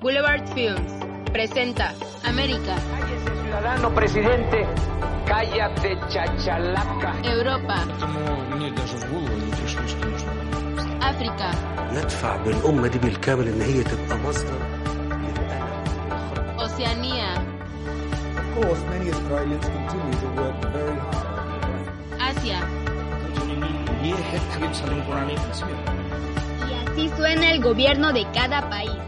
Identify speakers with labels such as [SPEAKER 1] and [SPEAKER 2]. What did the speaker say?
[SPEAKER 1] Boulevard Films presenta América,
[SPEAKER 2] Cállese, ciudadano presidente. Cállate, chachalaca.
[SPEAKER 1] Europa,
[SPEAKER 3] Поэтому мне даже в голову не пришло, что нужно.
[SPEAKER 1] África,
[SPEAKER 4] ندفع بالأمة دي بالكامل إن هي تبقى مصدر للألم
[SPEAKER 1] Oceanía,
[SPEAKER 5] Of course, many Australians continue to work very hard.
[SPEAKER 1] Asia.
[SPEAKER 3] ये है फिल्म सलीम कुरानी तस्वीर
[SPEAKER 6] Y así suena el gobierno de cada país.